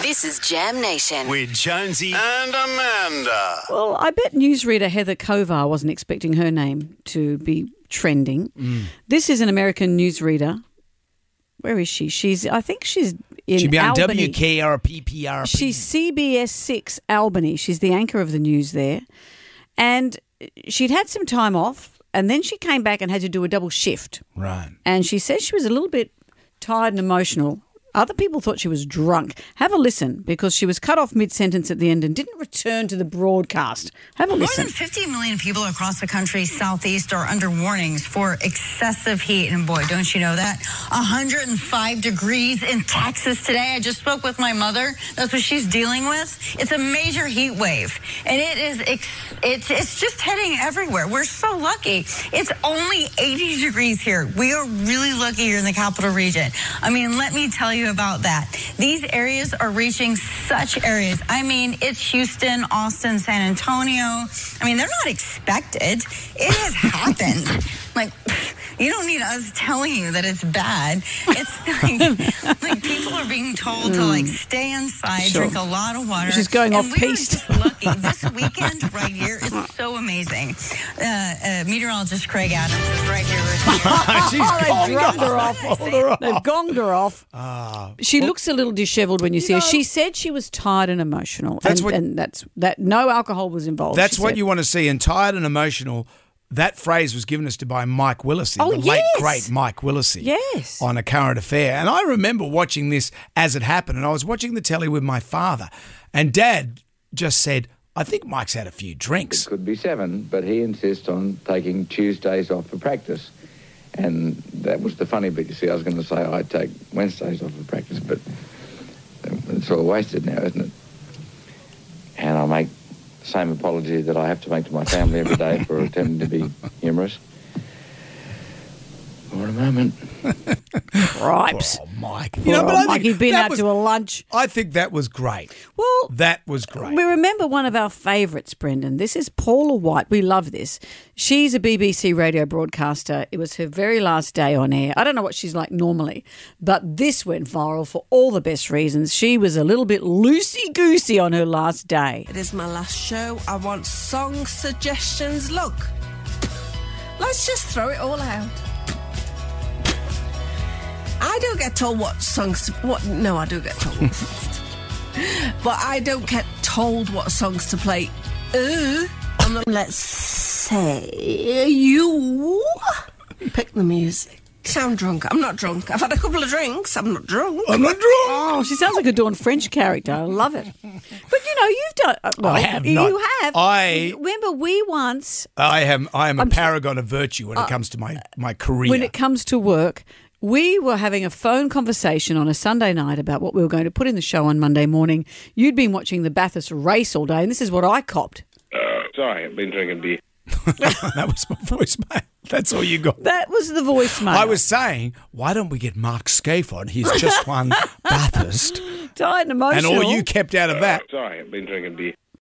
This is Jam Nation. with Jonesy. and Amanda. Well, I bet newsreader Heather Kovar wasn't expecting her name to be trending. Mm. This is an American newsreader. Where is she? She's, I think she's in She'd be on Albany. WKRPPRP. She's CBS 6 Albany. She's the anchor of the news there. And she'd had some time off, and then she came back and had to do a double shift. right. And she says she was a little bit tired and emotional. Other people thought she was drunk. Have a listen because she was cut off mid sentence at the end and didn't return to the broadcast. Have a More listen. than 50 million people across the country southeast are under warnings for excessive heat. And boy, don't you know that? 105 degrees in Texas today. I just spoke with my mother. That's what she's dealing with. It's a major heat wave. And it is, ex- it's, it's just heading everywhere. We're so lucky. It's only 80 degrees here. We are really lucky here in the capital region. I mean, let me tell you about that. These areas are reaching such areas. I mean, it's Houston, Austin, San Antonio. I mean, they're not expected. It has happened. Like, you don't need us telling you that it's bad. It's like, like people are being told to like stay inside, Hmm. Sure. drink a lot of water. She's going off And we were piste. just lucky. This weekend right here is so amazing. Uh, uh, meteorologist Craig Adams is right here with me. She's Oh, they've drummed her off. Hold her Ah. up. They've gonged her off. she looks a little dishevelled when you, see her. She said she was tired and emotional. That's and, what- and that's that. No alcohol was involved. That's she what said. you want to see. And tired and emotional. That phrase was given us to by Mike Willisey, Oh, the late yes. great Mike Willisey. Yes. On a current affair. And I remember watching this as it happened. And I was watching the telly with my father. And dad just said, I think Mike's had a few drinks. could be seven, but he insists on taking Tuesdays off for practice. And that was the funny bit. You see, I was going to say I take Wednesdays off for practice, but it's all wasted now, isn't it? And I make the same apology that I have to make to my family every day for attempting to be humorous. For a moment. Cripes. Oh, Mike. You know, but I Mike, think he'd been that out was- to a lunch. I think that was great. Well, That was great. We remember one of our favourites, Brendan. This is Paula White. We love this. She's a BBC radio broadcaster. It was her very last day on air. I don't know what she's like normally, but this went viral for all the best reasons. She was a little bit loosey goosey on her last day. It is my last show. I want song suggestions. Look, let's just throw it all out. I don't get told what songs. What? No, I do get told. what songs to- but I don't get told what songs to play. Uh, I'm not- let's say you pick the music. I'm drunk. I'm not drunk. I've had a couple of drinks. I'm not drunk. I'm not drunk. Oh, she sounds like a Dawn French character. I love it. But you know, you've done. uh, Well, I have You not. have. I- remember we once, I am I am a paragon of virtue when it comes to my my career. Uh, when it comes to work, we were having a phone conversation on a Sunday night about what we were going to put in the show on Monday morning. You'd been watching the Bathurst race all day, and this is what I copped. Sorry, I've been drinking beer. that was my voicemail. That's all you got. That was the voicemail. I was saying, why don't we get Mark Scaife on? He's just won Bathurst, tired and and emotional. all you kept out of that. Sorry, I've been drinking beer.